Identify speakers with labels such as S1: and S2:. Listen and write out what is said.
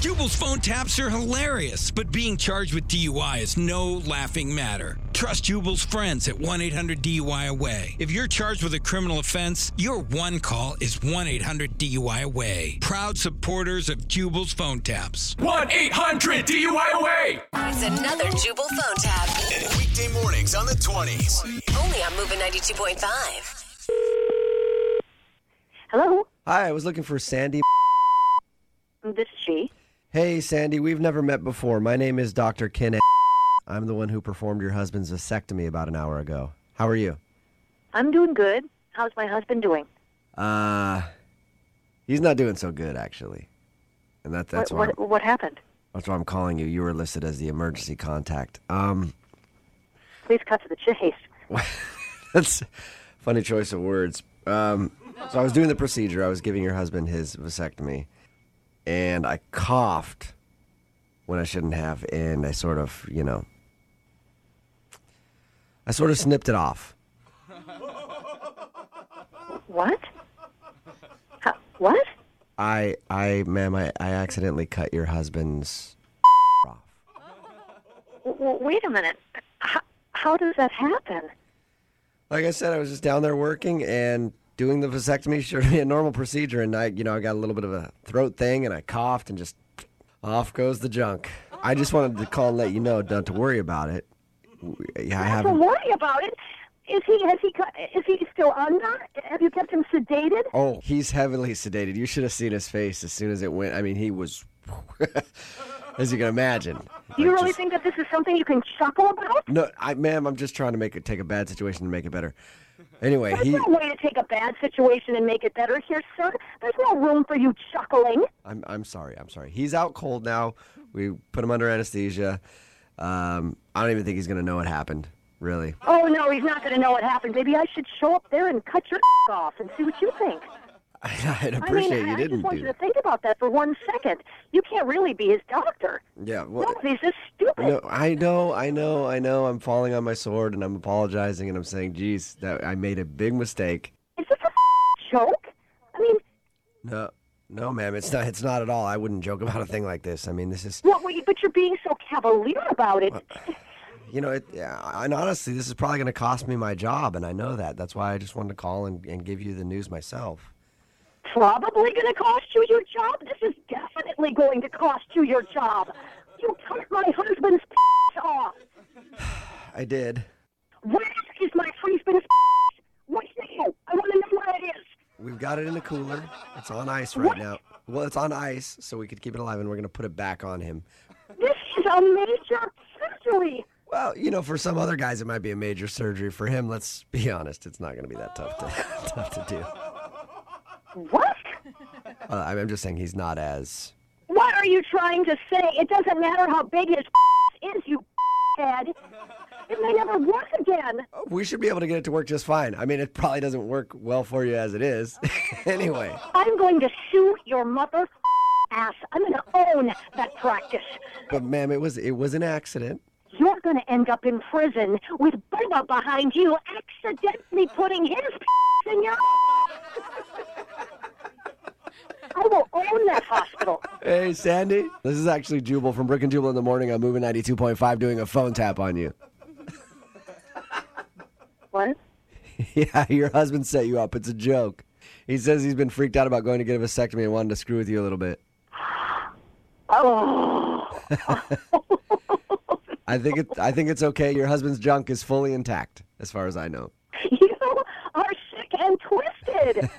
S1: Jubal's phone taps are hilarious, but being charged with DUI is no laughing matter. Trust Jubal's friends at 1 800 DUI Away. If you're charged with a criminal offense, your one call is 1 800 DUI Away. Proud supporters of Jubal's phone taps.
S2: 1 800 DUIOA!
S3: It's another Jubal phone tab.
S4: Weekday mornings on the 20s.
S3: Only on Moving 92.5.
S5: Hello,
S6: Hi, I was looking for Sandy.
S5: this is she.
S6: Hey, Sandy, we've never met before. My name is Dr. Ken. A- I'm the one who performed your husband's vasectomy about an hour ago. How are you?
S5: I'm doing good. How's my husband doing?
S6: Uh, he's not doing so good, actually. And that, that's why.
S5: what, what, what happened?
S6: That's why I'm calling you. You were listed as the emergency contact. Um,
S5: Please cut to the chase.
S6: that's a funny choice of words. Um, so I was doing the procedure. I was giving your husband his vasectomy, and I coughed when I shouldn't have, and I sort of, you know, I sort of snipped it off.
S5: What? How, what?
S6: I, I, ma'am, I, I accidentally cut your husband's off.
S5: W- w- wait a minute. How, how does that happen?
S6: like I said, I was just down there working and doing the vasectomy, sure to be a normal procedure. And I, you know, I got a little bit of a throat thing and I coughed and just off goes the junk. I just wanted to call and let you know not to worry about it. Yeah, I
S5: Don't
S6: haven't.
S5: worry about it. Is he has he cut- is he still under? Have you kept him sedated?
S6: Oh, he's heavily sedated. You should have seen his face as soon as it went. I mean, he was, as you can imagine.
S5: Do you
S6: Like,
S5: really
S6: just-
S5: think that this is something you can chuckle about?
S6: No, I, ma'am, I'm just trying to make it take a bad situation and make it better. Anyway,
S5: There's
S6: he.
S5: no way to take a bad situation and make it better here, sir. There's no room for you chuckling.
S6: I'm I'm sorry. I'm sorry. He's out cold now. We put him under anesthesia. Um, I don't even think he's gonna know what happened. Really.
S5: Oh no, he's not going to know what happened. Maybe I should show up there and cut your off and see what you think.
S6: I'd
S5: I mean,
S6: appreciate
S5: I-
S6: you
S5: I just
S6: didn't
S5: want
S6: do.
S5: you to
S6: That.
S5: think about that for one second. You can't really be his doctor.
S6: Yeah. Well,
S5: No, he's just stupid.
S6: no, I know. I know. I know. I'm falling on my sword and I'm apologizing and I'm saying, "Geez, that I made a big mistake."
S5: Is this a joke? I mean,
S6: No, no, ma'am. It's not. It's not at all. I wouldn't joke about a thing like this. I mean, this is.
S5: what? were you- But you're being so cavalier about it.
S6: You know. It, yeah, and honestly, this is probably gonna cost me my job, and I know that. That's why I just wanted to call and, and give you the news myself.
S5: Probably going to cost you your job. This is definitely going to cost you your job. You cut my husband's off.
S6: I did.
S5: Where is my husband's? What's now? I want to know where it is.
S6: We've got it in the cooler. It's on ice right now. Well, it's on ice, so we could keep it alive, and we're gonna put it back on him.
S5: This is a major surgery.
S6: Well, you know, for some other guys, it might be a major surgery. For him, let's be honest, it's not gonna be that tough to tough to do.
S5: What?
S6: Uh, I'm I'm just saying he's not as.
S5: What are you trying to say? It doesn't matter how big his is, you head. It may never work again.
S6: oh, We should be able to get it to work just fine. I mean, it probably doesn't work well for you as it is. anyway,
S5: I'm going to sue your mother ass. I'm going to own that practice.
S6: but ma'am, it was it was an accident.
S5: You're going to end up in prison with Bubba behind you accidentally putting his in your. I will own that hospital.
S6: Hey, Sandy, this is actually Jubal from Brook and Jubal in the morning. I'm moving 92.5, doing a phone tap on you.
S5: What?
S6: Yeah, your husband set you up. It's a joke. He says he's been freaked out about going to get a vasectomy and wanted to screw with you a little bit.
S5: Oh.
S6: I think it. I think it's okay. Your husband's junk is fully intact, as far as I know.
S5: You are sick and twisted.